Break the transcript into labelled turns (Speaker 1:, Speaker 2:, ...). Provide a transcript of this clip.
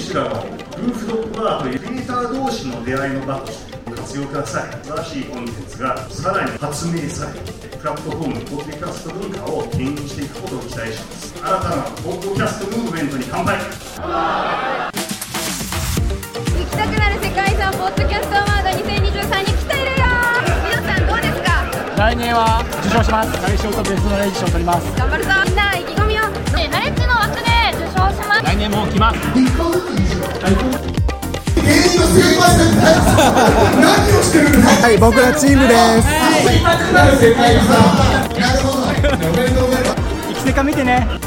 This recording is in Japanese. Speaker 1: ニーズドットアートデータ同士の出会いの場として活用ください新しいコンテンツがさらに発明されプラットフォームポッドキャスト文化を牽引していくことを期待します新たなポッドキャストムーブメントに乾杯
Speaker 2: 行きたくなる世界遺産ポッドキャストアワード2023に来ているよ皆さんどうですか
Speaker 3: 来年は受賞します大賞とベストナレージ賞を取ります
Speaker 2: 頑張るぞみんな意気込みをねナレッジの枠で受賞します
Speaker 3: 来年も来ます
Speaker 4: 芸人の正解なんだよ何をしてるんだ
Speaker 5: はい、僕らチームです。
Speaker 4: なる世界遺産なるほどおめでとうございます
Speaker 3: 生きてか見てね